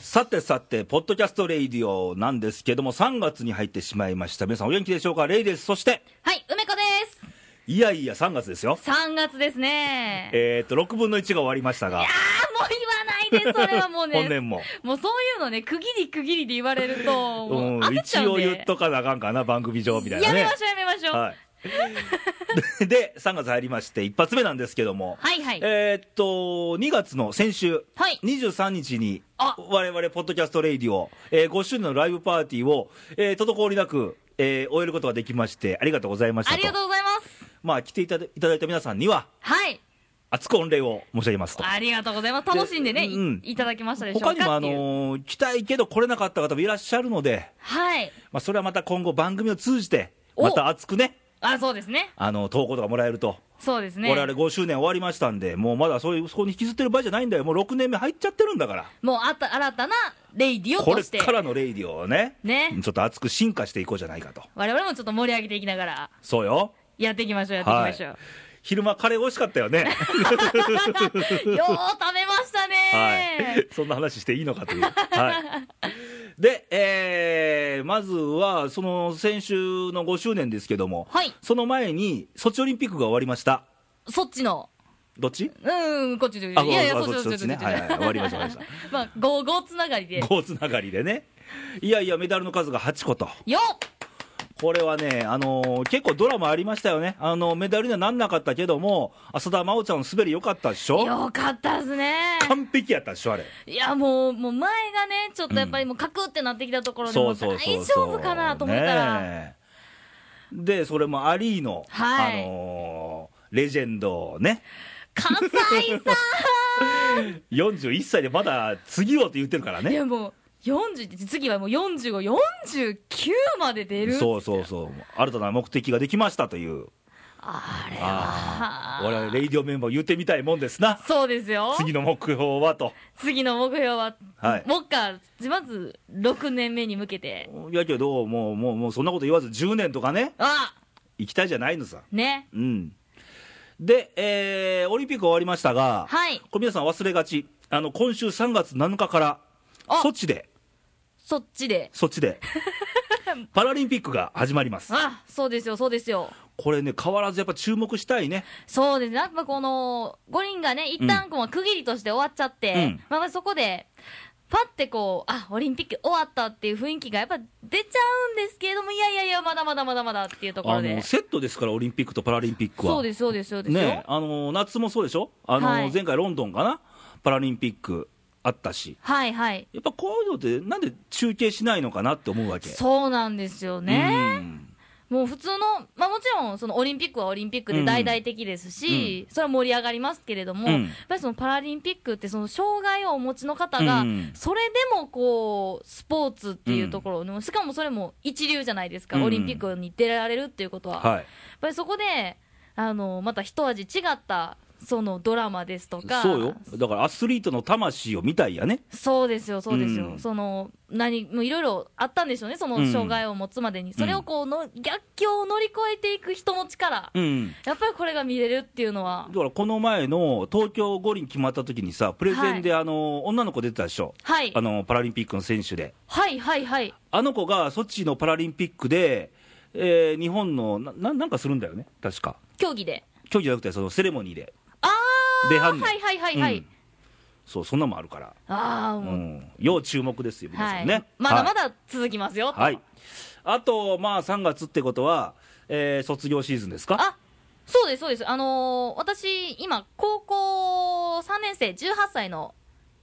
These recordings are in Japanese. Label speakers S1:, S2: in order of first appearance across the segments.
S1: さてさて、ポッドキャストレイディオなんですけども、3月に入ってしまいました。皆さんお元気でしょうかレイです。そして、
S2: はい、梅子です。
S1: いやいや、3月ですよ。
S2: 3月ですね。
S1: えーっと、6分の1が終わりましたが、
S2: あー、もう言わないで、それ はもう
S1: 本
S2: ね。
S1: 年も。
S2: もうそういうのね、区切り区切りで言われると、もう
S1: うん、
S2: 焦っちゃ
S1: 一
S2: うん
S1: 応
S2: で。
S1: 言っとかなあかんかな、番組上みたいな
S2: や
S1: ね。
S2: めましょう、やめましょう。は
S1: はい。 で、3月入りまして、一発目なんですけども、
S2: い、はい、
S1: えーっと、2月の先週、
S2: はい
S1: 23日に
S2: あ、
S1: 我々、ポッドキャストレイディオ、えー5周年のライブパーティーを、えー滞りなく、えー終えることができまして、ありがとうございました
S2: あ
S1: と。
S2: りがとうございます。
S1: まあ、来ていただいただいた皆さんには、
S2: はい。
S1: 厚く御礼を申し上げますと。
S2: ありがとうございます。楽しんでね、
S1: で
S2: い
S1: うん
S2: いただきましたでしょうか
S1: 他
S2: って
S1: に
S2: いう。
S1: も、あのー来たいけど来れなかった方もいらっしゃるので、
S2: はい。
S1: まあ、それはまた今後番組を通じて、
S2: お
S1: また熱くね、
S2: あ、そうですね。
S1: あの、投稿とかもらえると。
S2: そうですね。
S1: 我々5周年終わりましたんで、もうまだそういう、そこに引きずってる場合じゃないんだよ。もう6年目入っちゃってるんだから。
S2: もうあた、新たなレイディオ
S1: ことれ
S2: して。
S1: からのレイディオをね、
S2: ね
S1: ちょっと熱く進化していこうじゃないかと。
S2: 我々もちょっと盛り上げていきながら、
S1: そうよ。
S2: やっていきましょう、やっていきましょう。
S1: 昼間カレー美味しかったよね。
S2: よー食べましたね
S1: はい。そんな話していいのかという。はい。で、えー、まずは、その先週の5周年ですけども、
S2: はい
S1: その前に、ソチオリンピックが終わりました。
S2: そっちの。
S1: どっち
S2: うん、こっちで。い
S1: あ
S2: やいや、
S1: ご
S2: そっち
S1: あ
S2: そ
S1: そ
S2: っ
S1: っ
S2: ち
S1: ち
S2: そ
S1: ね。
S2: っち
S1: はいはい、終わりました、終わりまし
S2: まあ、ゴーゴーつながりで
S1: た。。5つながりでね。いやいや、メダルの数が8個と。
S2: よっ
S1: これはね、あのー結構ドラマありましたよね。あのメダルにはなんなかったけども、浅田真央ちゃんの滑り良かったでしょ
S2: よかったですね。
S1: 完璧やったでしょあれ。
S2: いや、もう、もう前がね、ちょっとやっぱりもうカクってなってきたところで、もう大丈夫かなと思ったら、
S1: ねえで、それもアリーの、
S2: はい
S1: あのーレジェンドをね、
S2: 葛西さ
S1: 41歳でまだ次をって言ってるから
S2: ん い
S1: ね。
S2: や、もう、40、次はもう45、49まで出る。
S1: そうそうそう。新たな目的ができましたという。
S2: あれ
S1: ああ。我
S2: は。
S1: 々レイディオメンバー言ってみたいもんですな。
S2: そうですよ。
S1: 次の目標はと。
S2: 次の目標は、
S1: はい
S2: もっか、まず6年目に向けて。
S1: やけど、もう、もう、もう、そんなこと言わず10年とかね、
S2: あ
S1: 行きたいじゃないのさ。
S2: ね。
S1: うん。で、えーオリンピック終わりましたが、
S2: はい
S1: これ皆さん忘れがち。あの、今週3月7日から、
S2: あ
S1: ソチで、
S2: そっちで。
S1: そっち で、パラリンピックが始まります。
S2: あそうですよ、そうですよ。
S1: これね、変わらずやっぱ注目したいね。
S2: そうですね。やっぱこの、五輪がね、一旦こう区切りとして終わっちゃって、
S1: うん
S2: まあまあそこで、パってこう、あ、オリンピック終わったっていう雰囲気がやっぱ出ちゃうんですけれども、いやいやいや、まだまだまだまだっていうとこ
S1: あ
S2: ろで
S1: の、。セットですから、オリンピックとパラリンピックは。
S2: そうです、そうです、そうですよ。
S1: ね、あの、夏もそうでしょあの、
S2: はい
S1: 前回ロンドンかなパラリンピックあったし。
S2: はいはい。
S1: やっぱこういうのって、なんで中継しないのかなって思うわけ。
S2: そうなんですよ
S1: う
S2: ね。
S1: ん
S2: もう普通の、まあもちろん、そのオリンピックはオリンピックで大々的ですし、それは盛り上がりますけれども、
S1: うん
S2: やっぱりそのパラリンピックって、その障害をお持ちの方が
S1: うん、
S2: それでもこう、スポーツっていうところの、しかもそれも一流じゃないですか、
S1: うん
S2: オリンピックに出られるっていうことは。やっ
S1: はい。
S2: ぱりそこで、あの、また一味違った、そのドラマですとか、
S1: そうよだからアスリートの魂を見たいやね
S2: そうですよ、そうですよ、
S1: うん
S2: その何もういろいろあったんでしょうね、その
S1: うん
S2: 障害を持つまでに、それをこうの逆境を乗り越えていく人の力、
S1: うん
S2: やっぱりこれが見れるっていうのは
S1: だ、からこの前の東京五輪決まった時にさプレゼンであの女の子出てたでしょ、
S2: はい
S1: あ、のパラリンピックの選手で
S2: はい、はい、はい、
S1: あの子がソチのパラリンピックで、えー日本のなななんかするんだよね確か
S2: 競技で、
S1: 競技じゃなくてそのセレモニーで
S2: あ
S1: 出
S2: ー、
S1: はんねん
S2: はい、はい、はい、はい、
S1: うんそうそんなのもあるから、
S2: あー
S1: う
S2: もう、
S1: ん、要注目ですよ皆
S2: は
S1: さ
S2: い、
S1: んね、
S2: まだま
S1: だ
S2: だ続きますよ、と
S1: はい、あとまあ3月ってことは、えー卒業シーズンですか
S2: あそうです、そうです、あのー私、今、高校3年生、18歳の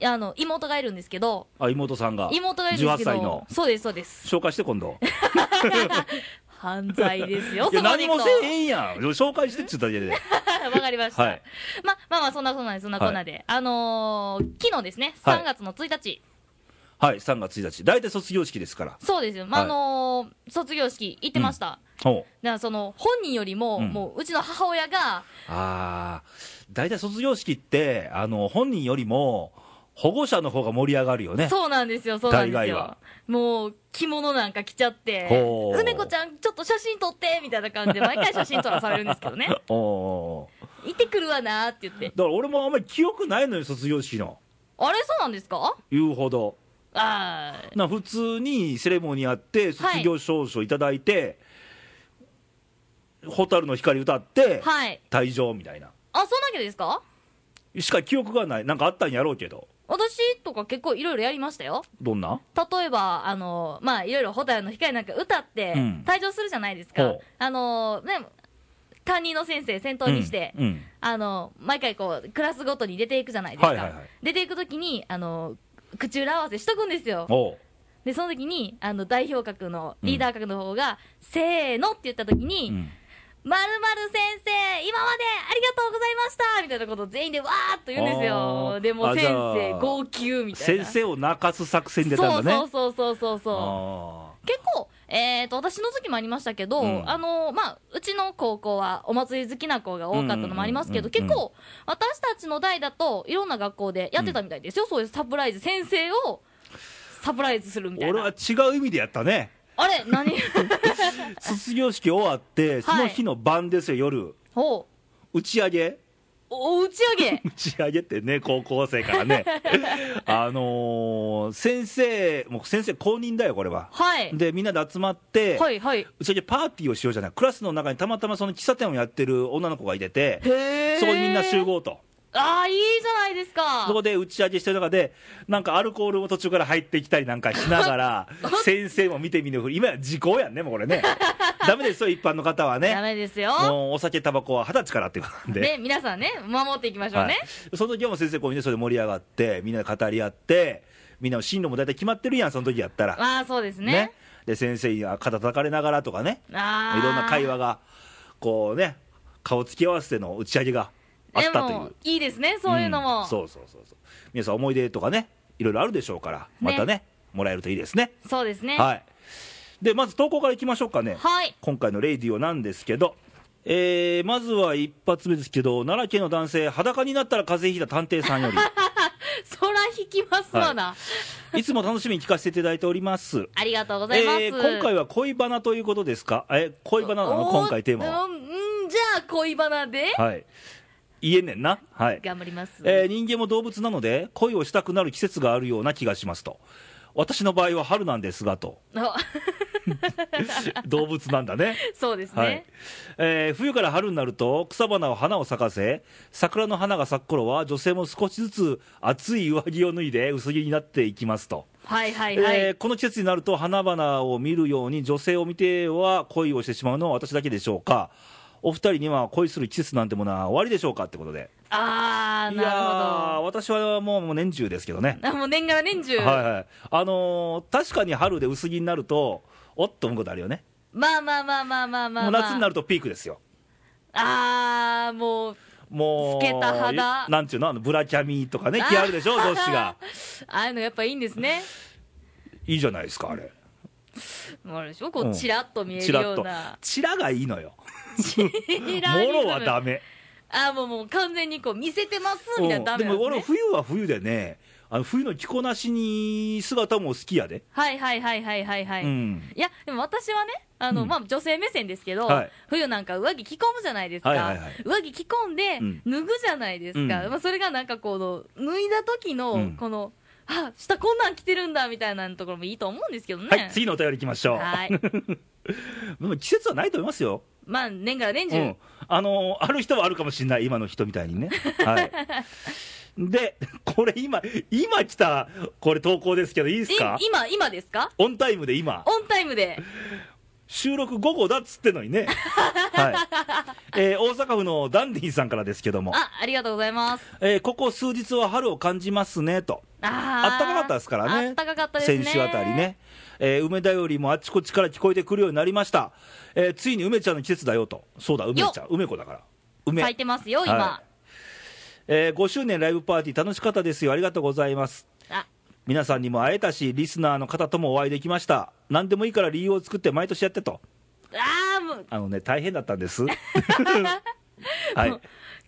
S2: あの妹がいるんですけど、
S1: あ妹さんが
S2: 妹がいるんですけど、
S1: 18歳の
S2: そうです、そうです。
S1: 紹介して今度
S2: 犯罪で すよ、
S1: いや
S2: そこに
S1: 何
S2: 行
S1: も
S2: くと
S1: せえへんやん紹介してっちゅった じゃね
S2: わかりました。
S1: はい
S2: ままあまあ、そんなこんなで、そんなこんなで。あのー昨日ですね、
S1: はい
S2: 3月の1日、
S1: はい3月1日大体卒業式ですから
S2: そうですよ。まあ、
S1: はい
S2: あのー卒業式行ってました。
S1: ほう
S2: だからその、本人よりも、
S1: うん
S2: もう、うちの母親が、
S1: ああ大体卒業式ってあの本人よりも保護者の方が盛り上がるよね
S2: そうなんですよ、そうなん
S1: 大
S2: です
S1: 概
S2: よ
S1: は。
S2: もう、着物なんか着ちゃって、
S1: ほう
S2: 梅子ちゃん、ちょっと写真撮って、みたい な感じで、毎回写真撮らされるんですけどね。
S1: おう おうおう
S2: 行ってくるわなーって言って。
S1: だから俺もあんまり記憶ないのよ卒業式の
S2: あれ、そうなんですか
S1: 言うほど
S2: ああー
S1: な普通にセレモニーあって、
S2: はい
S1: 卒業証書いただいて、蛍の光歌って、
S2: はい。
S1: 退場みたいな、
S2: あ、そんだけですか
S1: しか記憶がない、なんかあったんやろうけど、
S2: 私とか結構いろいろやりましたよ。
S1: どんな
S2: 例えば、あの、まあ、いろいろ、ホタルの光なんか歌って
S1: うん、
S2: 退場するじゃないですか。
S1: ほう
S2: あの、ね、担任の先生先頭にして、
S1: うんうん
S2: あの、毎回こう、クラスごとに出ていくじゃないですか。
S1: はいはいはい
S2: 出ていくときに、あの、口裏合わせしとくんですよ。
S1: おう
S2: で、その時に、あの、代表格の、リーダー格の方が、せーのって言った時
S1: う
S2: に、
S1: ん
S2: まるまる先生、今までありがとうございましたみたいなことを全員でわーっと言うんです
S1: あ
S2: よ。
S1: ー
S2: でも
S1: あ
S2: う先
S1: じゃあ
S2: 生、号泣みたいな。
S1: 先生を泣かす作戦でたんだね。
S2: そうそうそうそうそう。
S1: あ
S2: 結構、えー、と私の時もありましたけど、
S1: うん
S2: あのまあ、うちの高校はお祭り好きな子が多かったのもありますけど、
S1: うんうんうんうん
S2: 結構、私たちの代だといろんな学校でやってたみたいですよ、そういうサプライズ、先生をサプライズするみ
S1: ー
S2: たい
S1: 俺は
S2: な。
S1: 違う意味でやったね、
S2: あれ、 何
S1: 卒業式終わって、その日の晩ですよ、夜、
S2: おう
S1: 打ち上げ、
S2: お打ち上げ
S1: 打ち上げってね、高校生から ね、あのー先生、もう先生公認だよ、これは。
S2: はい。
S1: で、みんなで集まって、
S2: はいはい。
S1: 打ち上げパーティーをしようじゃない、クラスの中にたまたまその喫茶店をやってる女の子がいてて、
S2: へえ。
S1: そこにみんな集。合と、
S2: ああ、いいじゃないですか。
S1: そこで打ち上げしてる中で、なんかアルコールも途中から入ってきたりなんかしなが ら、先生も見て見ぬふり、今や時効やんね、もうこれね、だめですよ、一般の方は
S2: ダ
S1: ね、
S2: メですよ。
S1: もうお酒、タバコは二十歳からっていうことなんで。
S2: で、皆さんね、守っていきましょう
S1: は
S2: ね
S1: い。、その時はもう先生こうみんなそれで盛り上がってみんなで語り合ってみんなの進路も大体決まってるやんその時やったら
S2: まあ、そうですね。
S1: で先生には肩叩かれながらとかねい
S2: ああ。
S1: ろんな会話がこうね顔つき合わせての打ち上げがあっ
S2: で
S1: たという
S2: も、いいですね、そういうのも。
S1: ん
S2: そう
S1: そうそうそうそう皆さん思い出とかねいろいろあるでしょうからまたねもらえるといいですね
S2: ですね。
S1: はいでまず投稿からいきましょうかね
S2: はい。
S1: 今回のレイディオなんですけど、えーまずは一発目ですけど、奈良県の男性、裸になったら風邪ひいた探偵さんよ
S2: そら引きますわな。
S1: り、いつも楽しみに聞かせていただいております。
S2: ありがとうございます。
S1: えー今回は恋バナということですか、え恋バナなの、
S2: お
S1: 今回テーマは。
S2: うんうんじゃあ、恋バナで、
S1: はい、言えんねんな、はい
S2: 頑張ります。
S1: えー人間も動物なので、恋をしたくなる季節があるような気がしますと、私の場合は春なんですが と、
S2: あ
S1: 動物なんだね。
S2: そうですね。
S1: はいえー冬から春になると草花は花を咲かせ桜の花が咲く頃は女性も少しずつ厚い上着を脱いで薄着になっていきますと、
S2: はい、はい、はい。
S1: えーこの季節になると花々を見るように女性を見ては恋をしてしまうのは私だけでしょうかお二人には恋する季節なんてものは終わりでしょうかってことで
S2: ああ、
S1: いやー
S2: なる
S1: 私はもうもう年中ですけどね
S2: ほど。あもう年がら年 中。
S1: はいはいあのー確かに春で薄着になるとおっと思うことあるよね、
S2: まあまあまあまあまあまあ、まあ。
S1: もう夏になるとピークですよ
S2: ああ、もう、
S1: もう、
S2: 透けた肌
S1: なんちゅうの、あのブラキャミとか ね、着あるでしょ、女子が。
S2: ああいうのやっぱいいんですね。
S1: いいじゃないですか、あれ。
S2: もうあれでしょこ
S1: うん
S2: う、チラッと見え
S1: チ
S2: る
S1: ラッ
S2: よう
S1: と
S2: な。。
S1: チラがいいのよ。
S2: チラ
S1: もろはダメ。
S2: あーもうもう完全にこう、見せてます
S1: うん
S2: みたいなダメ
S1: で
S2: なん
S1: も
S2: です
S1: 俺、
S2: ね。
S1: 冬は冬でね、あの冬の着こなしに姿も好きやで。
S2: はいはいはいはいはいはい。
S1: うん。
S2: いや、でも私はね、あの、
S1: うん
S2: まあ、女性目線ですけど、
S1: はい
S2: 冬なんか上着着込むじゃないですか。
S1: はいはいはい
S2: 上着着込んで
S1: うん、
S2: 脱ぐじゃないですか。
S1: うん
S2: まあ、それがなんかこの、脱いだ時
S1: う
S2: の
S1: ん、
S2: この、あ、下こんなん着てるんだ、みたいなところもいいと思うんですけどね。
S1: はい、次のお便り行きましょう。
S2: はい。
S1: でも季節はないと思いますよ。
S2: まあ、年がら年
S1: う
S2: 中。
S1: ん。あのーある人はあるかもしれない、今の人みたいに ね。はい。で、これ今、今来た、これ投稿ですけど、いいです
S2: い
S1: か
S2: 今、今ですか
S1: オンタイムで今。
S2: オンタイムで。
S1: 収録午後だっつってんのにね、 はいえー大阪府のダンディさんからですけども、
S2: あ、ありがとうございます。
S1: えーここ数日は春を感じますねと、
S2: あ
S1: あったかかったですからね、
S2: あったかかったですね。
S1: 先週あたり。ね、えー梅田よりもあちこちから聞こえてくるようになりました、えーついに梅ちゃんの季節だよと、そうだ、梅ちゃん、梅子だから、梅、
S2: 咲いてますよ、今。
S1: はいえー5周年ライブパーティー、楽しかったですよ、ありがとうございます。
S2: あ、
S1: 皆さんにも会えたし、リスナーの方ともお会いできました、何でもいいから理由を作って、毎年やってと、
S2: あーもう、
S1: あのね、大変だったん です。はい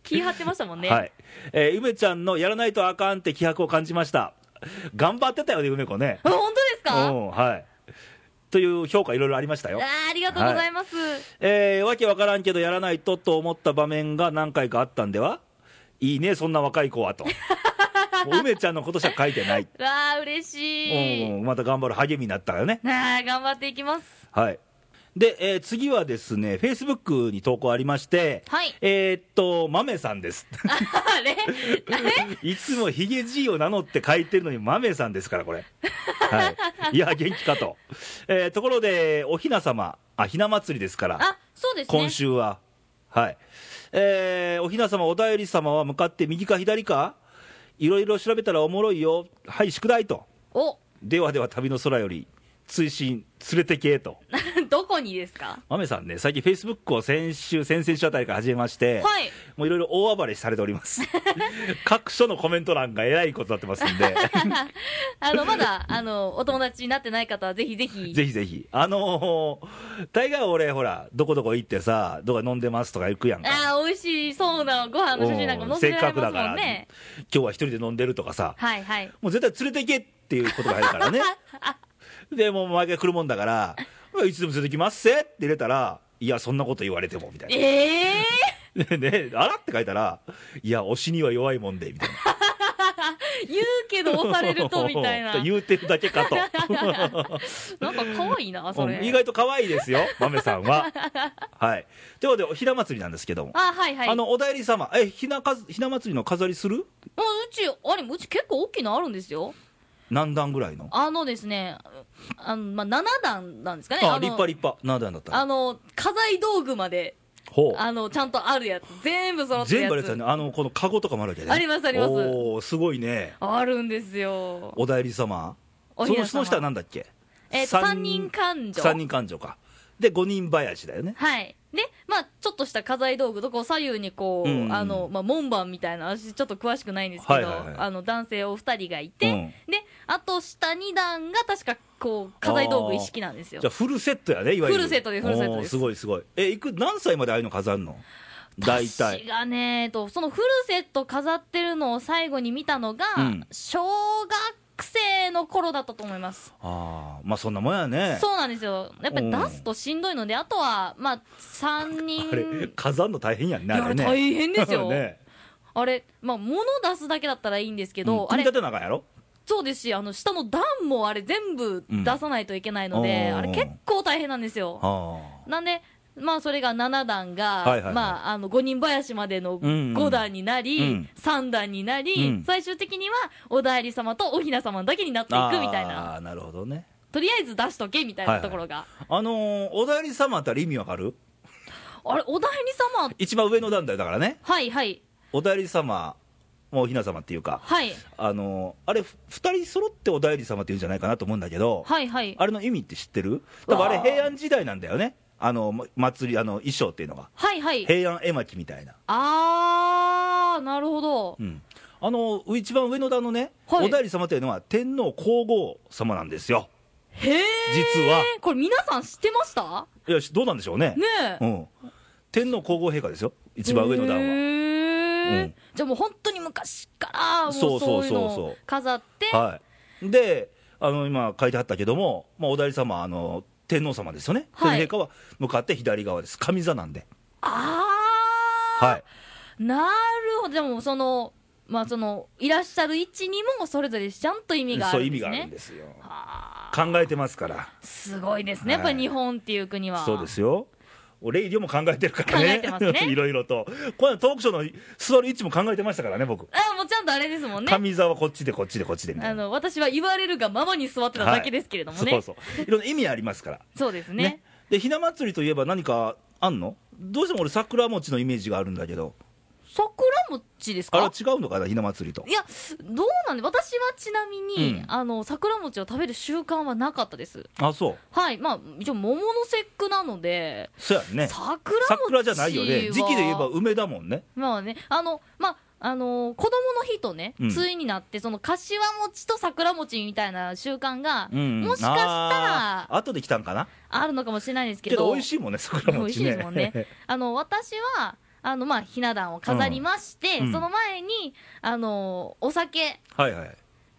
S2: 気張ってましたもんね。
S1: はいえー梅ちゃんのやらないとあかんって気迫を感じました頑張ってたよね梅子ね
S2: あ本当です
S1: う
S2: か
S1: んはいという評価いろいろありましたよ
S2: あ、ーありがとうございます。
S1: えーわけわからんけどやらない とと思った場面が何回かあったんではいいねそんな若い子はともう梅ちゃんのことしか書いてない。
S2: わあ、嬉しい。
S1: うん、また頑張る励みになったからね。
S2: なあ、頑張っていきます。
S1: はい。で、えー次はですね、Facebook に投稿ありまして、
S2: はい
S1: えーっと、まめさんです。
S2: あれ
S1: いつもヒゲじいを名乗って書いてるのに、まめさんですから、これ。はい。いや、元気かと。えーところで、おひな様、あ、ひな祭りですから。
S2: あ、そうですね。
S1: 今。週は、はい、えーおひな様、おだより様は向かって右か左か、いろいろ調べたらおもろいよ、はい、宿題と、
S2: お、
S1: ではでは旅の空より、追伸連れてけと、
S2: どこにですか
S1: まめさんね、最近、フェイスブックを先週、先々週あたりから始めまして、
S2: はい。
S1: もういろいろ大暴れされており ます、各所のコメント欄がえらいことになってますんで、
S2: あの、まだ、あの、お友達になってない方は、ぜひぜひ。
S1: ぜひぜひ、あのー大概俺、ほら、どこどこ行ってさ、どこか飲んでますとか行くやんか。
S2: ああ、美味しそうなご飯の写真なんかも載せ
S1: うん
S2: ら
S1: せっか
S2: れ
S1: く
S2: ま
S1: だ
S2: す
S1: か
S2: も
S1: ら、
S2: んね。
S1: 今日は一人で飲んでるとかさ、
S2: はいはい。
S1: もう絶対連れて行けっていうことが入るから ね。で、もう毎回来るもんだから、まあいつでも連れてきますせって入れたら、いや、そんなこと言われても、みたい
S2: ええ
S1: な。で、 ね、あらって書いたら、いや、推しには弱いもんで、みたいな。
S2: 言うけど押されると、みた いな。
S1: 言うてるだけかと。
S2: なんか可愛いな、 それ。
S1: うん意外と可愛いですよ、豆さん は。はい。ということで、ひな祭りなんですけども。
S2: あ、はいはい。
S1: あの、おだいり様、え、ひなかず、ひな祭りの飾りする
S2: もううち、あれ、うち結構大きいのあるんですよ。
S1: 何段ぐらいの
S2: あのですね、あの、まあ、7段なんですかね。
S1: あ
S2: の
S1: 立派立派。何段だった
S2: あ
S1: の
S2: の、家財道具まで、
S1: ほう。
S2: あの、ちゃんとあるやつ。全部揃って
S1: 全
S2: るや
S1: 部あれ
S2: つ。
S1: ですよね、あのこのカゴとかもあるわけね。
S2: ありますあります
S1: おーすごいね、
S2: あるんですよ。
S1: おだえり様。
S2: お
S1: そ
S2: ひな
S1: の
S2: 様
S1: その下はなんだっけ
S2: えー三人勘定
S1: 三人勘定か。で、五人林だよね。
S2: はい。で、まあ、ちょっとした家財道具とこう左右にこう、
S1: うん
S2: あの、まあ、門番みたいな、私ちょっと詳しくないんですけど、
S1: はいはいはい
S2: あの、男性お二人がいて、
S1: うん
S2: で、あと下二段が確かこう、家財道具一式なんですよ
S1: じゃあ。フルセットやね、いわゆる。
S2: フルセットですフルセットです
S1: おーすごいすごい。え、いく、何歳までああいうの飾るの大
S2: 私
S1: 体。
S2: がね、えっと、そのフルセット飾ってるのを最後に見たのが、
S1: うん
S2: 小学生の頃だったと思います。
S1: ああ、まあそんなもんやね。
S2: そうなんですよ。やっぱり出すとしんどいので、あとは、まあ、3人。
S1: あれ、飾るの大変やんね、
S2: いや
S1: あ
S2: あ
S1: れ
S2: れ
S1: ね。
S2: 大変です よ。
S1: ね
S2: あれ、まあ、物出すだけだったらいいんですけど、
S1: うん
S2: あ
S1: 組み
S2: れ
S1: 立、てなあかんやろ
S2: そうですし、あの、下の段もあれ全部出さないといけないので、
S1: うん
S2: あれ結構大変なんですよ。
S1: あ
S2: なんで、まあ、それが7段
S1: は
S2: が、
S1: いはいはい
S2: まあ、あの、5人林までの
S1: うんうん
S2: 5段になり、
S1: うん
S2: 3段になり、
S1: うん
S2: 最終的には、おだえり様とおひな様だけになってい
S1: あ。
S2: くみたいな。
S1: ああ、なるほどね。
S2: とりあえず出しとけ、みたいなところが。
S1: あのー、おだえり様ってあれ意味わかる
S2: あれ、おだえり様、
S1: 一番上の段だよ、だからね。
S2: はいはい、
S1: おだえり様、もうおひな様っていうか、
S2: はい、
S1: あのあれ、ふ二人揃っておだえり様っていうんじゃないかなと思うんだけど、
S2: はいはい。
S1: あれの意味って知ってる
S2: う
S1: 多
S2: わ
S1: 分
S2: ー
S1: あれ、平安時代なんだよね、あのま祭り、あの衣装っていうのが、
S2: はいはい。
S1: 平安絵巻みたいな、
S2: あー、なるほど
S1: う。んあの一番上の段のね、
S2: はい
S1: おだえり様っていうのは、天皇皇后様なんですよ、
S2: へえ。
S1: 実は。
S2: これ皆さん知ってました
S1: いや、しどうなんでしょうね、
S2: ねえ。
S1: うん、天皇皇后陛下ですよ、一番上の段は。
S2: へー
S1: うん
S2: じゃあもう本当に昔から、もう
S1: そうそ
S2: そ
S1: そう
S2: うういう
S1: そう
S2: のを飾って、
S1: はい、で、あの今、書いてあったけども、まあ、おだえり様、あの天皇様ですよね、
S2: はい
S1: 天皇陛下は向かって左側です、上座なんで。
S2: あー、
S1: はい
S2: なるほど。でもその、まあその、いらっしゃる位置にもそれぞれちゃんと意味があ
S1: そう
S2: る
S1: いうん意味が
S2: です
S1: あるん
S2: ね。
S1: ですよ
S2: あ
S1: 考えてますから
S2: ーすごいですね。やっぱり日本っていう国は。
S1: そうで。すよレイディオも考えてるからね
S2: 考えてますね
S1: いろいろとこのトークショーの座る位置も考えてましたからね僕
S2: あもうちゃんとあれですもんね。
S1: 上座はこっちでこっちでこっちでみた
S2: あ
S1: いな
S2: の、私は言われるがままに座ってただけですけれどもね。
S1: はいそうそういろんな意味ありますから
S2: そうですね。
S1: でひな祭りといえば何かあんのどうしても俺桜餅のイメージがあるんだけど
S2: 桜餅です
S1: あれ
S2: か
S1: は違うのかなひな祭りと
S2: いや、どうなんで、私はちなみに、
S1: うん
S2: あの、桜餅を食べる習慣はなかったです。
S1: あそう
S2: はい、まあ、一応桃の節句なので、
S1: そうやんね
S2: 桜餅は。
S1: 桜じゃないよね時期で言えば梅だもんね
S2: まあね、あの、まあ、あの子供の日とね、
S1: うん
S2: 対になって、その、柏餅と桜餅みたいな習慣が、
S1: うん
S2: もしかした
S1: あ
S2: ら、
S1: ー後で来たんかな
S2: あるのかもしれないですけ
S1: け
S2: ど、
S1: ど美味しいもんね桜
S2: 美味し
S1: 餅
S2: い
S1: ね
S2: ですもんねあの、私は、あの、まあ、ひな壇を飾りまして、
S1: うんうん
S2: その前に、あのお酒
S1: はいはい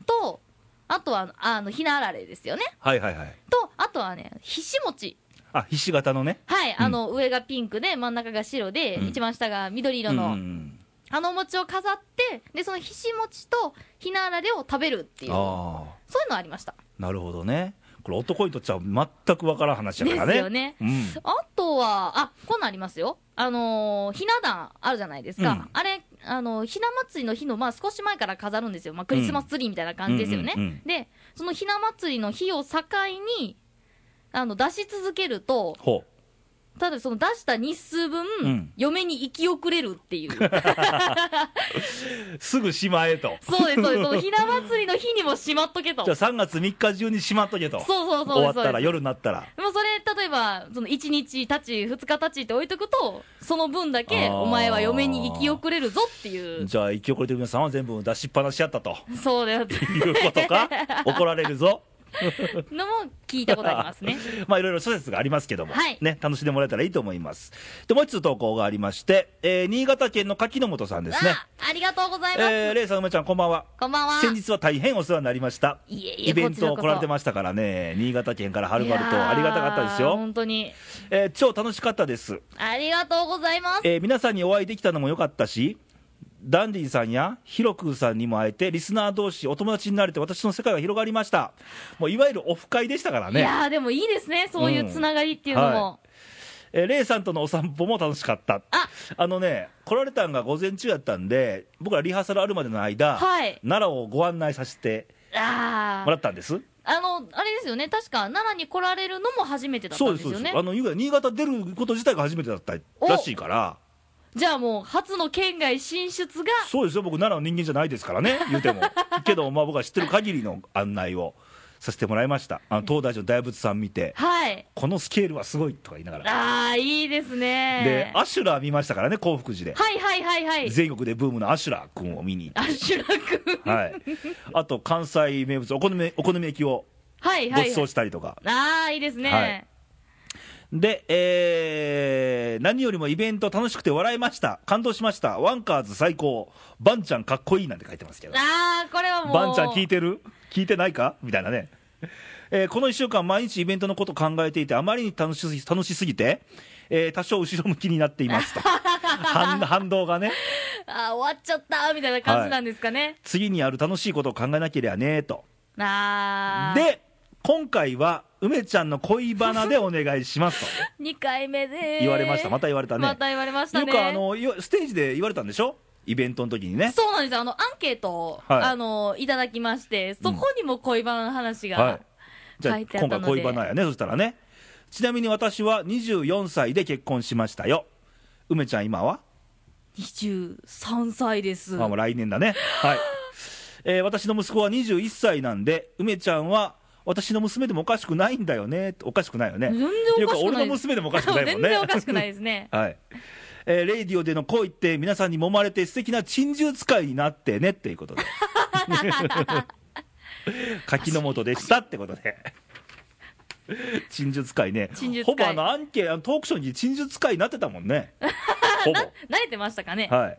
S2: と、あとは、あの、ひなあられですよね。
S1: はいはいはい
S2: と、あとはね、ひし餅。
S1: あひし形のね
S2: はい、あの、上がピンクで、真ん中が白で、
S1: うん
S2: 一番下が緑色
S1: うんう
S2: の
S1: ん
S2: あのお餅を飾って、で、そのひし餅とひなあられを食べるっていう、そ
S1: ああ
S2: ういうのありました。
S1: なるほどねこれ男にとっちゃ全くわからん話だ
S2: で
S1: から
S2: す
S1: ね
S2: よね。
S1: うん、
S2: あとは、あ、こんなんありますよ。あのーひな壇あるじゃないですか。
S1: うん
S2: あれ、あのーひな祭りの日の、まあ、少し前から飾るんですよ。まあ、クリスマスツリーみたいな感じですよね。
S1: うんうんうんうん
S2: で、そのひな祭りの日を境に、あの、出し続けると、
S1: ほう
S2: ただその出した日数分、
S1: うん
S2: 嫁に行き遅れるっていう。
S1: すぐしまえと
S2: そうです、そうです。そのひな祭りの日にもしまっとけ と。
S1: じゃ
S2: そ
S1: あ
S2: う
S1: 3月3日中にしまっとけと
S2: そうそう
S1: 終わ
S2: で
S1: っ
S2: す。そ
S1: たら
S2: うです
S1: 夜になったら
S2: でもそれ、例えば、その1日たち、2日たちって置いとくと、その分だけ、
S1: あー
S2: お前は嫁に行き遅れるぞっていう。
S1: じゃあ生き遅れてる皆さんは全部出しっぱなしやったと
S2: そうだよって
S1: いうことか 怒られるぞ
S2: のも聞いたことありますね。
S1: まあいろいろ諸説がありますけども、
S2: はい
S1: ね、楽しんでもらえたらいいと思います。で、もう一つ投稿がありまして、えー新潟県の柿の本さんですね。
S2: あありがとうございます。
S1: えー、レイさん、梅ちゃん、こんばんは。
S2: こんばんは。
S1: 先日は大変お世話になりました。
S2: いえいえ
S1: イベント
S2: こちらこ
S1: 来
S2: そ
S1: られてましたからね、新潟県からはるばる
S2: い
S1: と
S2: やー
S1: ありがたかったですよ。
S2: 本当に。
S1: えー超楽しかったです。
S2: ありがとうございます。
S1: えー皆さんにお会いできたのも良かったし、ダンディさんやヒロクーさんにも会えて、リスナー同士、お友達になれて、私の世界が広がりました。もういわゆるオフ会でしたから
S2: い
S1: ね。
S2: やーでもいいですね。そういうつながりっていうのも。
S1: うんはえーレイさんとのお散歩も楽しかった。
S2: あ
S1: あのね、来られたんが午前中やったんで、僕らリハーサルあるまでの間、
S2: はい
S1: 奈良をご案内させて
S2: あ
S1: もらったんです。
S2: あ。あの、あれですよね。確か、奈良に来られるのも初めてだった
S1: そうんで、
S2: ですす
S1: そうで
S2: よ
S1: す。
S2: ね。
S1: あの、ゆうが新潟出ること自体が初めてだったらしいから、
S2: じゃあもう、初の県外進出が、
S1: そうですよ、僕、奈良の人間じゃないですから ね、言うても。けど、まあ僕は知ってる限りの案内をさせてもらいました。あの、東大寺の大仏さん見て、
S2: はい。
S1: このスケールはすごいとか言いながら。
S2: ああ、いいです
S1: で
S2: ね。、
S1: アシュラー見ましたからね、興福寺で。
S2: はいはいはいはい。
S1: 全国でブームのアシュラー君を見 に行って
S2: あ、シュラ君。
S1: はい、あと関西名物お好みお好み焼きを
S2: はいは
S1: ご
S2: い
S1: 馳
S2: は
S1: 走
S2: い。
S1: したりとか、
S2: ああ、いいですね。
S1: はいで、えー何よりもイベント楽しくて笑いました感動しましたワンカーズ最高バンちゃんかっこいいなんて書いてますけど
S2: ああ、これはもう。
S1: バンちゃん聞いてる聞いてないかみたいなね、えーこの1週間毎日イベントのこと考えていてあまりに楽しすぎ楽しすぎて、えー多少後ろ向きになっています と反反動がね
S2: あー終わっちゃったーみたいな感じなんですかね。
S1: 次にある楽しいことを考えなければねと
S2: ああ。、
S1: で、今回は梅ちゃんの恋バナでお願いしますと
S2: 2回目でー
S1: 言われました、また言われたね。
S2: また言われました
S1: よ
S2: ね。
S1: くあのいわステージで言われたんでしょ、イベントの時にね。
S2: そうなんですよ。あの、アンケートを、
S1: はい
S2: あの、いただきまして、そこにも恋バナの話が、
S1: はい、じゃあ、
S2: 書いてあった
S1: 今
S2: ので
S1: 回恋バナやね、そしたらね。ちなみに私は24歳で結婚しましたよ。梅ちゃん、今は、
S2: 23歳です。
S1: あもう来年だね。はい えー私の息子は21歳なんで、梅ちゃんは私の娘でもおかしくないんだよね、おかしくないよね。
S2: 全然おか
S1: よ
S2: しくないです
S1: く俺の娘でもおかしくないもんね。。
S2: 全然おかしくないです ね
S1: はい。えーレイディオでの恋って皆さんに揉まれて素敵な珍獣使いになってねっていうこと で。柿の本でしたってことで。珍獣使いね。
S2: 珍獣使
S1: ほ
S2: い
S1: ぼあのアンケート、トークショーに珍獣使いになってたもんね。ほぼ。
S2: 慣れてました かね
S1: はい。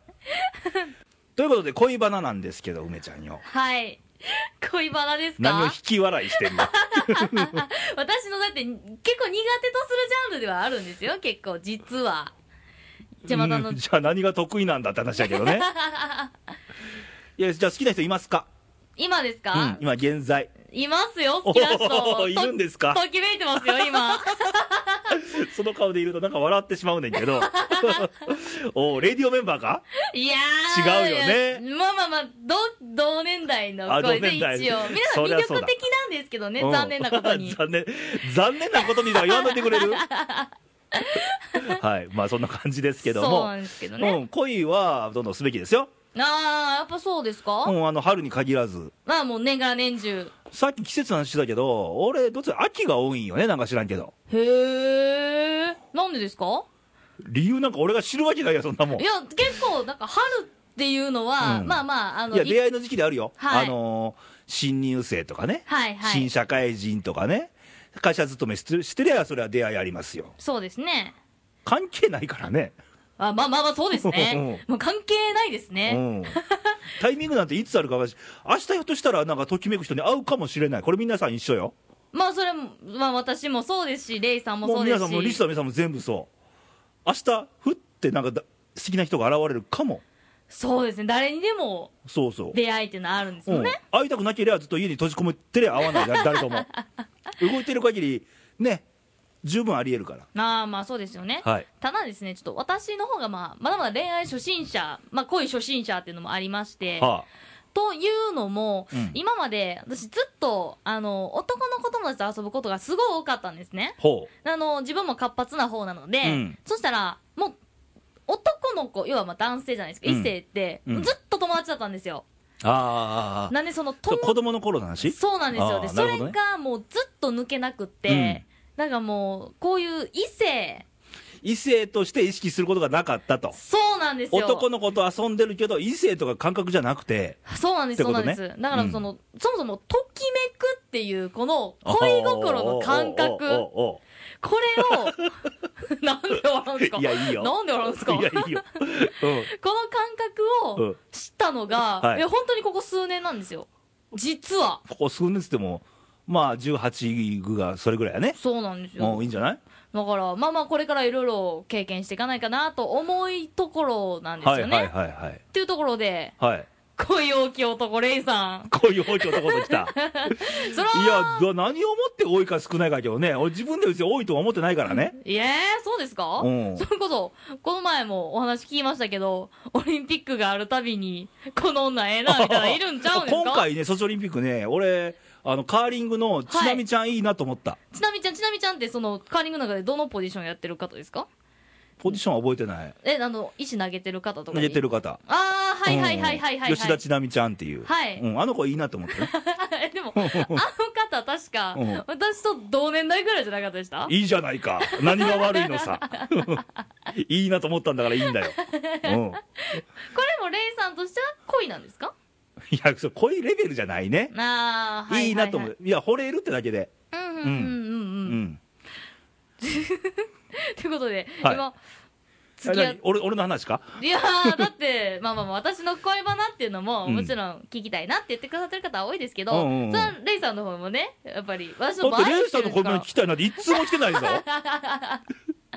S1: ということで恋バナなんですけど、梅ちゃんよ。
S2: はい。 恋バナですか
S1: 何を引き笑いして んの
S2: 私のだって結構苦手とするジャンルではあるんですよ、結構、実は。じゃあまたあの、
S1: うんじゃあ何が得意なんだって話だけど ね。いや、じゃあ好きな人いますか、
S2: 今です
S1: う
S2: か
S1: ん、、今現在。
S2: いますよ、好きな人。
S1: お
S2: と
S1: ーいるんですか
S2: ときめいてますよ、 今。
S1: その顔でいるとなんか笑ってしまうねんけ ど。おうレディオメンバーか
S2: いやー。
S1: 違うよね
S2: いやまあまあまあ、ど同年代の
S1: あ同
S2: 声で
S1: 年
S2: 一応。
S1: 代
S2: 皆さん
S1: そ
S2: 魅
S1: りゃそう
S2: 力
S1: だ
S2: 的なんですけどね、
S1: うん
S2: 残念なこと に。
S1: 残念、残念なことには言わないでくれ るはい、まあそんな感じですけど
S2: そう
S1: も
S2: な。んですけど
S1: う
S2: ね。
S1: ん、恋はどんどんすべきですよ。
S2: あー、やっぱそうですか、
S1: うん、あの、春に限らず。
S2: まあもう年がら年中。
S1: さっき季節の話してたけど、俺、どっちか秋が多いんよね、なんか知らんけど。
S2: へー。なんでですか
S1: 理由なんか俺が知るわけないよ、そんなもん。
S2: い
S1: い
S2: や、結構、なんか春っていうのは、
S1: うん
S2: まあまあ、あの、
S1: や、
S2: い
S1: 出会いの時期であるよ。
S2: はい
S1: あのー新入生とかね。
S2: はいはい
S1: 新社会人とかね。会社勤めしてるしてりゃ、それは出会いありますよ。
S2: そうですね。
S1: 関係ないからね、。
S2: あまあまあまあ、そうですねもう関係ないです
S1: う
S2: ね。
S1: ん、タイミングなんていつあるか分かんないし明日ひょっとしたらなんかときめく人に会うかもしれないこれ皆さん一緒よ
S2: まあ、それも、まあ私もそうですし、レイさんも
S1: も
S2: そううで
S1: 皆
S2: すし。
S1: さんもリストの皆さんも全部そう明日ふってなんかだ好きな人が現れるかも
S2: そうですね、誰にでも
S1: そうそう、
S2: 出会いっていうのはあるんです
S1: う
S2: よ
S1: ん
S2: ね。、
S1: 会いたくなければずっと家に閉じこもってりゃ会わないだ誰と も動いてる限りね十分ありえるから
S2: まあまあそうですよね、
S1: はい
S2: ただですね、ちょっと私の方がまあまだまだ恋愛初心者、まあ恋初心者っていうのもありまして、
S1: は
S2: というのも、
S1: うん
S2: 今まで私ずっとあの男の子友達と遊ぶことがすごい多かったんですね。
S1: あほ
S2: あの自分も活発な方なので、
S1: うん
S2: そしたらもう男の子要はまあ男性じゃないですか、
S1: うん
S2: 異性って、
S1: うん
S2: ずっと友達だったんですよ。
S1: うああ
S2: なんでその
S1: そう
S2: 友
S1: 子供の頃の話
S2: そうなんです
S1: あ
S2: よ。
S1: ー
S2: で、
S1: な
S2: そ
S1: るほ
S2: れ
S1: どね
S2: がもうずっと抜けなくって、なんかもう、こういう異性、
S1: 異性として意識することがなかったと
S2: そうなんですよ。
S1: 男の子と遊んでるけど異性とか感覚じゃなくて
S2: そうなんで
S1: っ
S2: す、
S1: て
S2: そう
S1: こ
S2: な
S1: と
S2: んで
S1: ね
S2: す。だからその、そもそも、ときめくっていう、この
S1: 恋
S2: 恋心の感覚、
S1: お
S2: こ れを、なんで笑うんです
S1: お
S2: か
S1: いやいいよ
S2: なんで笑うんですか
S1: いやいいよ、う
S2: この感覚
S1: う
S2: を
S1: ん
S2: 知ったのが、
S1: はい
S2: いや本当にここ数年なんですよ。実は。
S1: ん、ここ数年っつってもまあ18ぐがそれぐらいやね
S2: そうなんです
S1: も
S2: よ
S1: うい。いんじゃない
S2: だから、まあまあ、これからいろいろ経験していかないかなと思いところなんですよ
S1: は
S2: ね。
S1: いはいはいはい
S2: っていうところで、
S1: はい
S2: 恋多き男、レイさん。
S1: こういう大きい男と来 た
S2: そら
S1: いや、ど何を思って多いか少ないかけどね、俺自分で別に多いとは思ってないからね。
S2: いえそうですか、
S1: うん
S2: それこそ、この前もお話聞きましたけど、オリンピックがあるたびに、この女ええな、みたいな、いるんちゃうんですか
S1: 今回ね、ソチオリンピックね、俺、あの、カーリングのちなみちゃんいいなと思った。
S2: ちなみちゃん、ちなみちゃんって、その、カーリングの中でどのポジションやってる方ですか
S1: ポジションは覚えてない。
S2: え、あの、石投げてる方とか
S1: 投
S2: に
S1: げてる方。
S2: あー、はいはいはいはいはい、はい
S1: うん吉田ちなみちゃんっていう。
S2: はい
S1: うん、あの子いいなと思ったね。
S2: えでも、あの方、確か
S1: うん、
S2: 私と同年代ぐらいじゃなかったでした
S1: いいじゃないか。何が悪いのさ。 いいなと思ったんだからいいんだよ。うん。
S2: これもレイさんとしては恋なんですか
S1: いや、そうこういうレベルじゃないね。
S2: あー、はいはいはい、
S1: いいなと思う。いや、惚れるってだけで。
S2: うんうんう
S1: う
S2: んうんうん。
S1: ん。
S2: ということで、
S1: はい
S2: 今、
S1: あ
S2: 付き合っ
S1: 何俺、俺の話か
S2: いやー、だって、まあまあまあ、私の恋バナっていうのも、
S1: うん
S2: もちろん聞きたいなって言ってくださってる方は多いですけど、
S1: うんうんうん
S2: それはレイさんの方もね、やっぱり、私
S1: だ
S2: の
S1: っ
S2: 場合
S1: てレイさんのコメント聞きたいなんて一通も来て ないぞ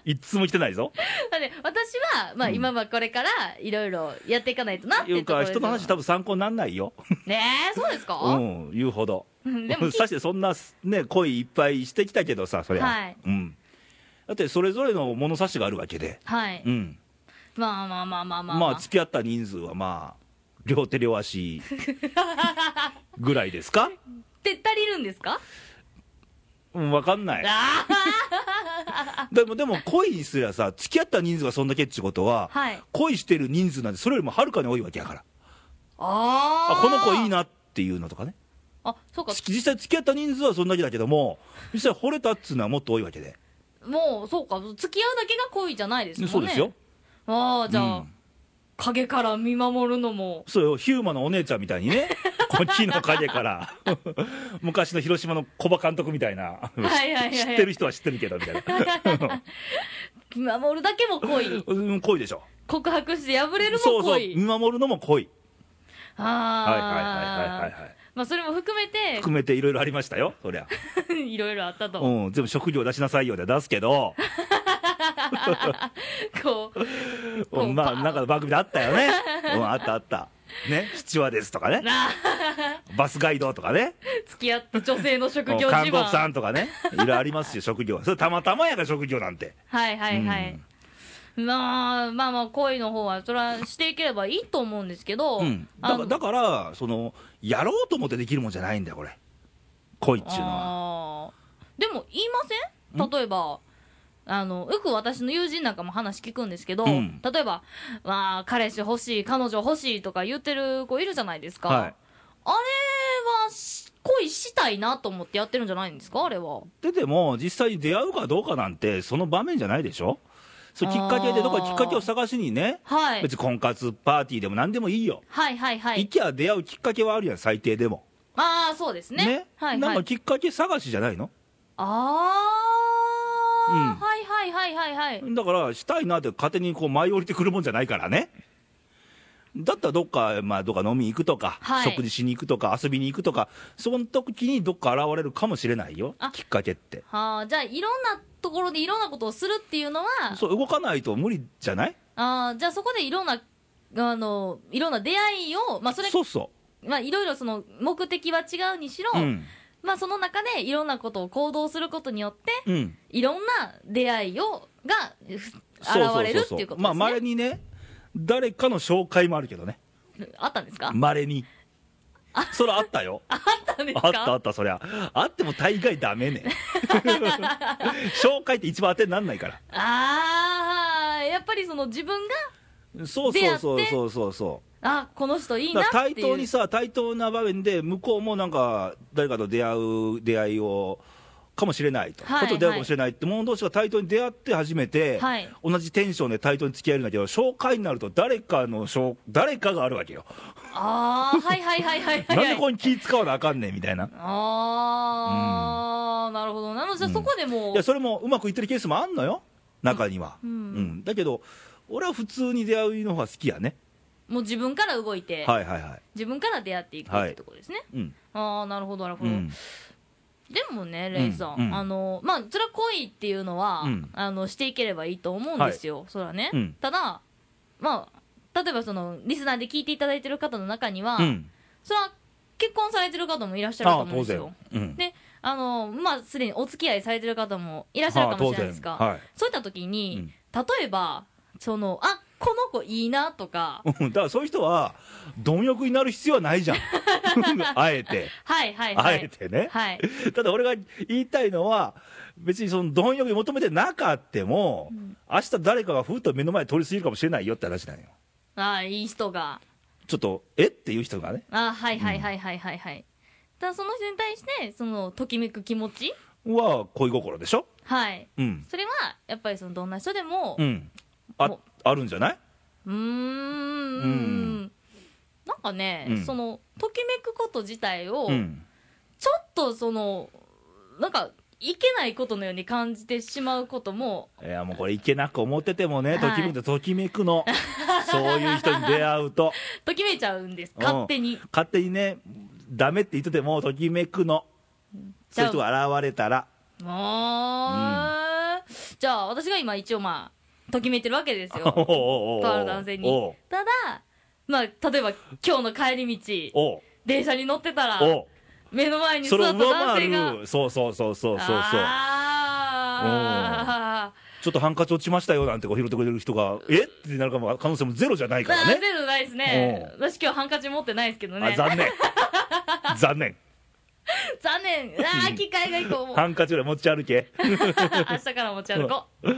S1: 一通も来てないぞ
S2: だって私は、まあ
S1: うん
S2: 今はこれから、いろいろやっていかないとなって
S1: い
S2: いううとこ
S1: か
S2: ろです
S1: 人の話多分参考になんないよ
S2: ねえ、そうですか、
S1: うん言うほど
S2: うんでも
S1: さしてそんなね恋いっぱいしてきたけどさそりゃ、
S2: はい
S1: うん、だってそれぞれの物差しがあるわけ で
S2: はい、
S1: うん
S2: まあまあまあまあま
S1: ま
S2: あ、
S1: あ、
S2: まあ。
S1: 付き合った人数はまあ両手両足ぐらいです か
S2: って足りるんですか
S1: うん、わかんない
S2: あー
S1: でもでも恋にすりゃさ付き合った人数がそんだけっちゅうことは、
S2: はい。
S1: 恋してる人数なんてそれよりもはるかに多いわけやから
S2: あ
S1: あ
S2: ー
S1: この子いい。なっていうのとかね
S2: あ、そうか。
S1: つき実際付き合った人数はそんだけだけども実際惚れたっつうのはもっと多いわけで
S2: もう、そうか。付き合うだけが恋じゃないですもんね。
S1: そうですよ。
S2: ああ、じゃあ、
S1: うん
S2: 影から見守るのも。
S1: そうよヒューマのお姉ちゃんみたいに ねこの木の陰から 昔の広島の小葉監督みたいな知
S2: はいはいはいはい
S1: ってる人は知ってるけどみた いな
S2: 見守るだけも恋
S1: うん恋でしょ
S2: 告白して破れる
S1: そ
S2: も
S1: うそう
S2: 恋
S1: 見守るのも恋はいはいはいはい
S2: あ
S1: は
S2: あ
S1: いはい
S2: まあそれも含めて
S1: 含めていろいろありましたよそりゃ
S2: いろいろあったと、
S1: うん全部職業出しなさいよで出すけど
S2: こう
S1: うんまあ
S2: パー
S1: なんかの番組であったよ ねうんあったあったね七話ですとかね
S2: なあ
S1: バスガイドとかね
S2: 付き合った女性の職業
S1: もう
S2: 自
S1: 看護
S2: 慢
S1: 婦さんとかね、いろいろありますよ、職業、それたまたまやから、職業なんて。
S2: はいはいはい、まあまあまあ恋の方はそれはしていければいいと思うんですけど、
S1: うん、だ
S2: あ
S1: か
S2: の
S1: らだからその、やろうと思ってできるもんじゃないんだよ、これ、恋っていうのは。
S2: あーでも言いません例えばあのよく私の友人なんかも話聞くんですけど、
S1: うん
S2: 例えば、まあ、彼氏欲しい彼女欲しいとか言ってる子いるじゃないですか、
S1: はい
S2: あれはし恋したいなと思ってやってるんじゃないんですかあれは
S1: で、でも、実際に出会うかどうかなんて、その場面じゃないでしょ、そうきっかけ
S2: あー
S1: で、どこかきっかけを探しにね、
S2: はい
S1: 別に婚活パーティーでもなんでもいいよ、
S2: はいはいは
S1: 行
S2: い
S1: きゃ出会うきっかけはあるやん、最低でも。
S2: ああそうですねはい
S1: なん
S2: は
S1: か
S2: い
S1: きっかけ探しじゃないの
S2: ああ、
S1: うん
S2: はいはいはいはいはい
S1: だから、したいなって勝手にこう舞い降りてくるもんじゃないからね。だったらどっか、まあ、どっか飲みに行くとか、
S2: はい
S1: 食事しに行くとか、遊びに行くとか、その時にどっか現れるかもしれないよ
S2: あ、
S1: きっかけって。
S2: はあじゃあいろんなところでいろんなことをするっていうのは
S1: そう、動かないと無理じゃない
S2: あーじゃあそこでいろんなあの、いろんな出会いを、まあ、それ、
S1: そうそ
S2: まあ、いろいろその、目的は違うにしろ、
S1: う。うん。
S2: まあ、その中でいろんなことを行動することによって、
S1: うん。
S2: いろんな出会いを、が、ふ
S1: そう
S2: 現
S1: そう
S2: れ
S1: そう
S2: るって
S1: そ
S2: いううことですね。
S1: まあ、まれにね、誰かの紹介もあるけどね。
S2: あったんですか
S1: まれに。それあったよ。
S2: あったんですか
S1: あったあった、そりゃ。あっても大概ダメね。 紹介って一番当てになんないから。
S2: あーやっぱりその自分が、
S1: そう
S2: 出会
S1: そ
S2: っ
S1: う
S2: て
S1: そうそうそうそ。
S2: あこの人いいうな
S1: だ
S2: っ
S1: から
S2: てい
S1: 対
S2: う。
S1: 等にさ、対等な場面で、向こうもなんか、誰かと出会う出会いを、かもしれないと、
S2: はい
S1: こと出会うかもしれないって、者同士が対等に出会って初めて、
S2: はい
S1: 同じテンションで対等に付き合えるんだけど、紹介になると誰かの紹、誰かがあるわけよ。
S2: ああ、はいはいはいはいはい、
S1: なん
S2: はい。
S1: でここに気使わなあかんねんみたいな。
S2: ああ、なるほど。なので、じゃあそこでもう、
S1: いやそれもうまくいってるケースもあんのよ中には、
S2: うん
S1: うんだけど俺は普通に出会うのが好きやね
S2: もう自分から動いて、
S1: はいはいはい
S2: 自分から出会っていくって
S1: はい
S2: いうところですね。
S1: うん、
S2: ああ、なるほど、なるほ
S1: う
S2: ど。
S1: ん、
S2: でもね、レイさん、
S1: うんうん
S2: あの、まあ、それは恋っていうのは、
S1: うん
S2: あの、していければいいと思うんですよ、それはね。
S1: うん
S2: ただ、まあ、例えばその、リスナーで聞いていただいてる方の中には、
S1: うん、
S2: それは結婚されてる方もいらっしゃる
S1: あ
S2: と
S1: あ
S2: 思うん
S1: 当然
S2: ですよ。、
S1: うん、
S2: で、あの、まあ、すでにお付き合いされてる方もいらっしゃ
S1: は
S2: る
S1: あ
S2: かもし
S1: 当
S2: れな
S1: 然
S2: いですか。
S1: は
S2: そういった時に、例えば、その、あ、この子いいなとか、
S1: い、うんだからそういう人は貪欲になる必要はないじ ゃんあえて
S2: はいはいは
S1: あえ
S2: い。
S1: てね、
S2: はい。
S1: ただ俺が言いたいのは別にその貪欲に求めてなかっても、
S2: うん
S1: 明日誰かがふっと目の前通り過ぎるかもしれないよって話なんよ
S2: ああ、いい人が。
S1: ちょっとえっていう人がね
S2: ああ、はいはいはいはいはいはい。ただその人に対して、その、ときめく気持ち
S1: は恋心でしょ
S2: はい。
S1: うん
S2: それは、やっぱりその、どんな人でも、
S1: うん、あ
S2: も
S1: あるんじゃないう
S2: ーん。
S1: うん
S2: なんかね、
S1: うん
S2: その、ときめくこと自体を、
S1: うん、
S2: ちょっとその、なんか、いけないことのように感じてしまうことも、
S1: いやもうこれいけなく思っててもね、
S2: はい
S1: ときめくとときめく の、そういう人に出会うと、
S2: ときめいちゃうんです。
S1: うん
S2: 勝手に。
S1: 勝手にね、ダメって言ってても、ときめくの、そういう人が現れたら、
S2: あーじゃあ、私が今一応まあ、ときめいてるわけです よ。
S1: おうおうおうおう
S2: とある男性に
S1: おう
S2: ただ、まあ、例えば今日の帰り道、
S1: おう
S2: 電車に乗ってたら、
S1: おう
S2: 目の前に座
S1: そ
S2: っ
S1: れを上
S2: た男性
S1: 回
S2: が、
S1: る、そうそうそうそうそうそう、
S2: あー
S1: ちょっとハンカチ落ちましたよなんてこう拾ってくれる人が、えってなるかも可能性もゼロじゃないから
S2: あー、
S1: ね、
S2: ゼロないですね。
S1: う
S2: 私今日ハンカチ持ってないですけど
S1: あ
S2: ね。
S1: 残念、残念、
S2: 残念。あー、機会が以 降もう。
S1: ハンカチぐらい持ち歩け、
S2: 明日から持ち歩こう。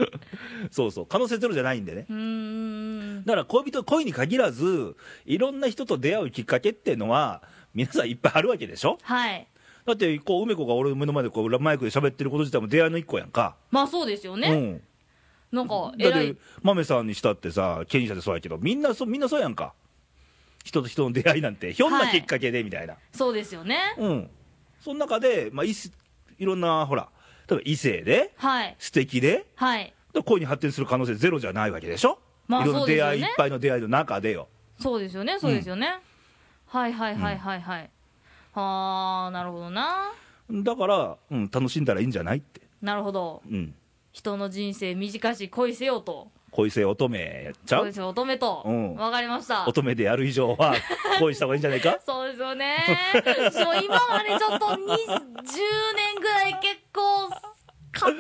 S1: そうそう、可能性ゼロじゃないんでね。
S2: うーん。
S1: だから恋人、恋に限らず、いろんな人と出会うきっかけっていうのは、皆さんいっぱいあるわけでしょ
S2: はい。
S1: だって、こう、梅子が俺の目の前でこうマイクで喋ってること自体も出会いの一個やんか。
S2: まあそうですよ
S1: う
S2: ね。
S1: ん。
S2: なんか、
S1: だっ
S2: 偉
S1: て
S2: い。、
S1: 豆さんにしたってさ、権利者でそうやけど、みんなそう、みんなそうやんか。人と人の出会いなんて、ひょんなきっかけで、みたいな。
S2: そうですよね。
S1: うん。その中で、まあ、いすいろんな、ほら、例えば異性で、
S2: はい。
S1: 素敵で、
S2: はい。
S1: だから恋に発展する可能性ゼロじゃないわけでしょ
S2: まあ
S1: いろん
S2: そう
S1: な
S2: です
S1: 出
S2: よね
S1: 会い、いっぱいの出会いの中でよ。
S2: そうですよね、そうですよね。はいはいはいはいはい。はあ、なるほどな。
S1: だから、うん、楽しんだらいいんじゃないって。
S2: なるほど。
S1: うん、
S2: 人の人生短し恋せよと。
S1: 恋せ乙女やっちゃ
S2: 恋
S1: う
S2: せよ乙女と。
S1: うん
S2: わかりました。
S1: 乙女でやる以上は恋した方がいいんじゃないか
S2: そうですよね。そう今までちょっと20年ぐらい結構、かっ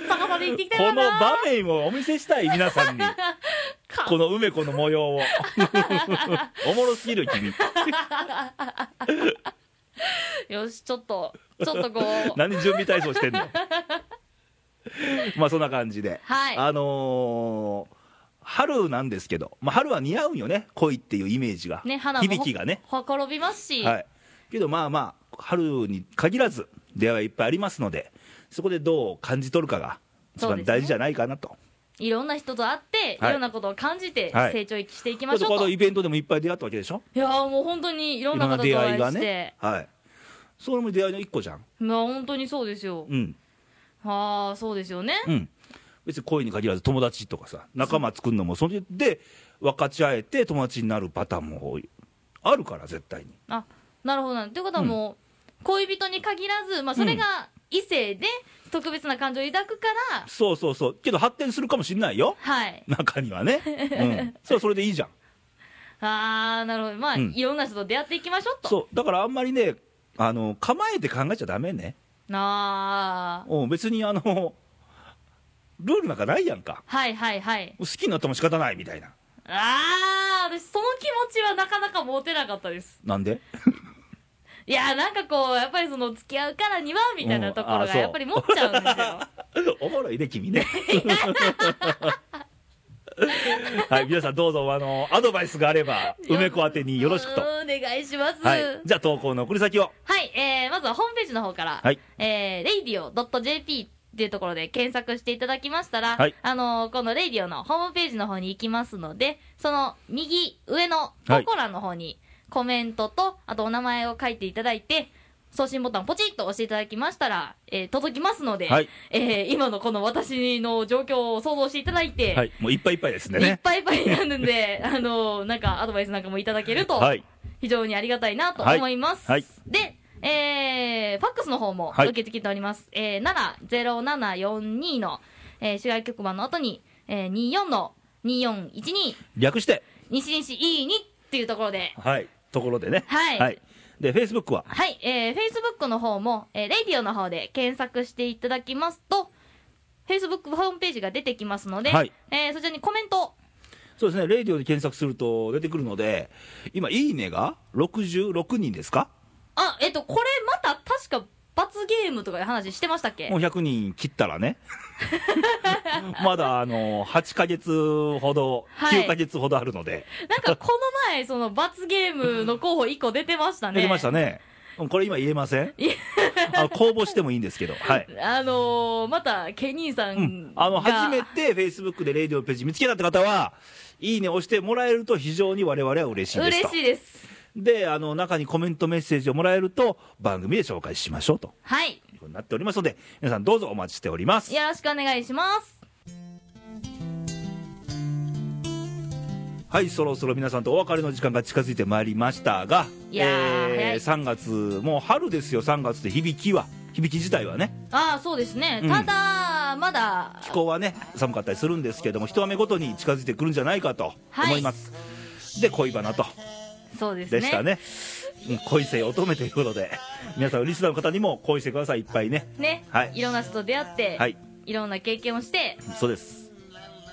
S2: さかさで生きてきた
S1: こ
S2: か
S1: の
S2: な。
S1: 場面をお見せしたい皆さ んにこの梅子の模様を おもろすぎる君
S2: よし、ちょっと、ちょっと こう。
S1: 何準備体操 してんのまあそんな感じで、
S2: はい
S1: あのー春なんですけど、まあ、春は似合うんよね恋っていうイメージが、
S2: ね、花も
S1: 響きがね、
S2: ほころびますし。
S1: はい、けどまあまあ春に限らず出会いはいっぱいありますのでそこでどう感じ取るかが一
S2: そう
S1: 番
S2: ですね
S1: 大事じゃないかなと、
S2: いろんな人と会って、
S1: はい
S2: いろんなことを感じて
S1: はい
S2: 成長していき
S1: だ
S2: ま
S1: って
S2: しょう
S1: この
S2: と。
S1: イベントでもいっぱい出会ったわけでしょ
S2: いやーもう本当にいろん
S1: い
S2: な
S1: ろん
S2: 方
S1: な
S2: と
S1: 出
S2: お
S1: 会
S2: 会
S1: い
S2: い
S1: が
S2: して、
S1: ねはいそれも出会いの一個じゃん
S2: まあ本当にそうですよ。
S1: うん
S2: ああ、そうですよね。
S1: うん別に恋に限らず友達とかさ仲間作るのもそれで分かち合えて友達になるパターンも多いあるから絶対に
S2: あ、なるほどな。ということはもう、恋人に限らず、まあそれが異性で特別な感情を抱くから、
S1: そうそうそうけど発展するかもしれないよ
S2: はい。
S1: 中にはね、うん、それはそれでいいじゃん
S2: ああー、なるほど。まあ、
S1: うん
S2: いろんな人と出会っていきましょうと。
S1: そうだからあんまりねあの構えて考えちゃダメね
S2: なあ。
S1: うん別にあのルールなんかないやんか
S2: はいはいはい。
S1: 好きになっても仕方ないみたいな
S2: あー、私その気持ちはなかなか持てなかったです。
S1: なんで
S2: いやー、なんかこう、やっぱりその、付き合うからには、みたいなとこ
S1: うん
S2: ろ
S1: あー
S2: が、
S1: そう
S2: やっぱり持っちゃうんですよ。
S1: おもろいね、君ね。はい、皆さんどうぞ、あの、アドバイスがあれば、梅子宛て によろしくと
S2: う。んお願いします。
S1: は
S2: はいい。。
S1: じゃあ投稿の送り先を。
S2: えー、まずはホームページの方から、
S1: はい。
S2: えー、radio.jp っていうところで検索していただきましたら、
S1: はい
S2: あのーこのレイディオのホームページの方に行きますので、その右上の
S1: は
S2: コ
S1: い
S2: コラの方にコメントと、あとお名前を書いていただいて、送信ボタンポチッと押していただきましたら、えー、届きますので、
S1: はい
S2: えー、今のこの私の状況を想像していただいて、
S1: はい。もういっぱいいっぱいですんで
S2: いっ
S1: ね。
S2: ぱいいっぱいなので、あのーなんかアドバイスなんかもいただけると、
S1: はい。
S2: 非常にありがたいなと思います。
S1: はいはい
S2: で、えー、ファックスの方も
S1: はい
S2: 受け付けております。えー、70742の、えー、市外局番の後に、えー、24の2412、
S1: 略して、
S2: 西西 E2 っていうところで、
S1: はい。ところでね。
S2: はい
S1: で、Facebook は、
S2: はい、えー、Facebook の方も、えー、レイディオの方で検索していただきますと、Facebook ホームページが出てきますので、
S1: はい
S2: えー、そちらにコメント、
S1: そうですね、レイディオで検索すると出てくるので、今、いいねが66人ですか
S2: あ、えっと、これまた確か罰ゲームとかで話してましたっけ
S1: もう100人切ったら ね。まだ、あの、8ヶ月ほど、
S2: はい
S1: 9ヶ月ほどあるので。
S2: なんかこの前、その罰ゲームの候補一個出てましたね。
S1: 出てましたね。うんこれ今言えませんあの公募してもいいんですけど。はい。
S2: あのー、また、ケニーさんが、
S1: あの、初めて Facebook でレイディオページ見つけたって方は、いいね押してもらえると非常に我々は嬉しいですと。
S2: 嬉しいです。
S1: で、あの、中にコメントメッセージをもらえると、番組で紹介しましょうと。
S2: はい。
S1: いうことになっておりますので、皆さんどうぞお待ちしております。
S2: よろしくお願いします。
S1: はい、そろそろ皆さんとお別れの時間が近づいてまいりましたが、
S2: いやー早い
S1: 3月、もう春ですよ、3月で響きは、響き自体はね。
S2: ああ、そうですね。
S1: うん
S2: ただ、まだ、
S1: 気候はね寒かったりするんですけども一雨ごとに近づいてくるんじゃないかと
S2: はい
S1: 思います、で恋バナと
S2: そうですね。
S1: でしたねうん恋せよ乙女ということで皆さんリスナーの方にも恋してくださいいっぱいね
S2: ね
S1: はい
S2: いろんな人と出会って、。
S1: はいい
S2: ろんな経験をして、
S1: そうです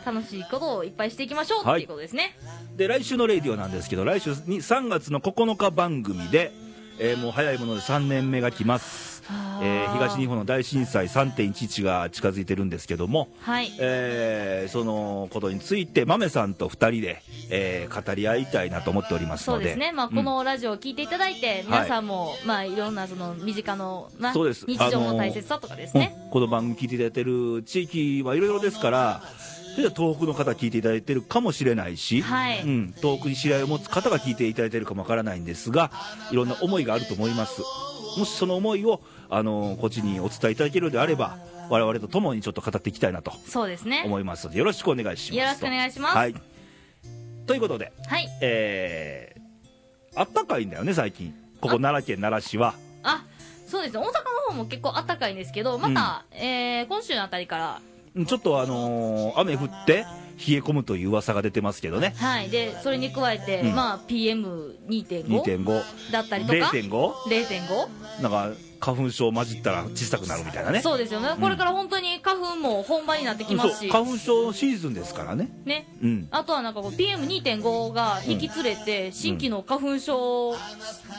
S2: 楽しいことをいっぱいしていきましょう、
S1: はい
S2: っていうことですね。
S1: で来週の「レイディオ」なんですけど来週に3月の9日番組で、えーもう早いもので3年目が来ます、
S2: あー
S1: えー東日本の大震災3.11が近づいてるんですけども、
S2: はい。
S1: えーそのことについて豆さんと2人で、えー語り合いたいなと思っております
S2: そ
S1: の
S2: う
S1: で
S2: ですね。まあ、
S1: うん
S2: このラジオを聞いていただいて、皆さんも、まあ、いろんな、その、身近の、まあ、
S1: そうです
S2: 日常の大切さとかです
S1: うん
S2: ね。
S1: この番組聞いていただいてる地域はいろいろですからそれでは東北の方聞いていただいてるかもしれないし、
S2: はい
S1: うん、東北に知り合いを持つ方が聞いていただいてるかもわからないんですがいろんな思いがあると思いますもしその思いをあのこっちにお伝えいただけるのであれば我々と共にちょっと語っていきたいなと
S2: そうですね。
S1: 思いますのでよろしくお願いします
S2: よろしくお願いします
S1: はい、ということで
S2: はい。
S1: えー、あったかいんだよね最近ここ奈良県奈良市は
S2: あそうですね大阪の方も結構暖かいんですけどまた、えー今週のあたりから
S1: うんちょっとあのー雨降って冷え込むという噂が出てますけどね
S2: はいでそれに加えて、
S1: うん
S2: まあ PM2.5
S1: 2.5
S2: だったりとか
S1: 0.5
S2: 0.5
S1: なんか花粉症混じったら小さくなるみたいなね
S2: そうですよね、これから本当に花粉も本場になってきます
S1: そう
S2: し
S1: 花粉症シーズンですからね
S2: ね
S1: うん
S2: あとはなんかこう PM2.5 が引き連れて、新規の花粉症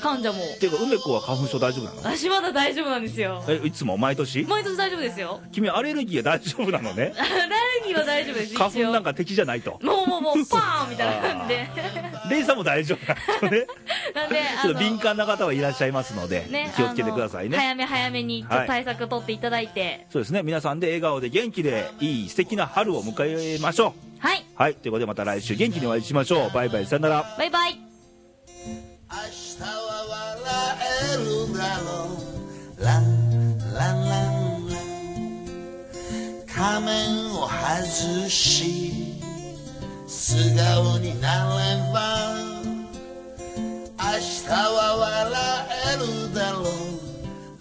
S2: 患者も、
S1: っていうか梅子は花粉症大丈夫なの
S2: 私まだ大丈夫なんですよ
S1: えいつも毎年
S2: 毎年大丈夫ですよ
S1: 君アレルギーは大丈夫なのね
S2: アレルギーは大丈夫です一応
S1: 花粉なんか敵じゃないと
S2: もうもうもうパーンみたいな感 じで
S1: レイさんも大丈夫なのね
S2: なん であ
S1: ちょっ
S2: の
S1: と敏感な方はいらっしゃいますので、
S2: ね、
S1: 気をつけてくださいね
S2: あの早め早めにちょっと
S1: はい
S2: 対策取っていただいて、
S1: そうですね皆さんで笑顔で元気でいい素敵な春を迎えましょう
S2: はい、
S1: はいということでまた来週元気にお会いしましょうバイバイさよなら
S2: バイバイ。
S3: 明日は笑えるだろうランランランラン仮面を外し素顔になれば明日は笑えるだろう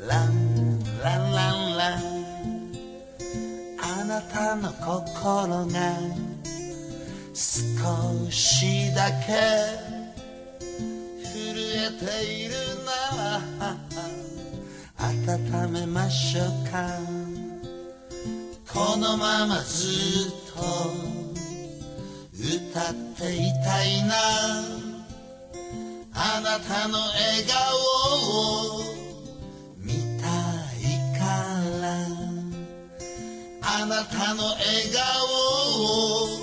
S3: ランランランランあなたの心が少しだけているなら温めましょうかこのままずっと歌っていたいなあなたの笑顔を見たいからあなたの笑顔を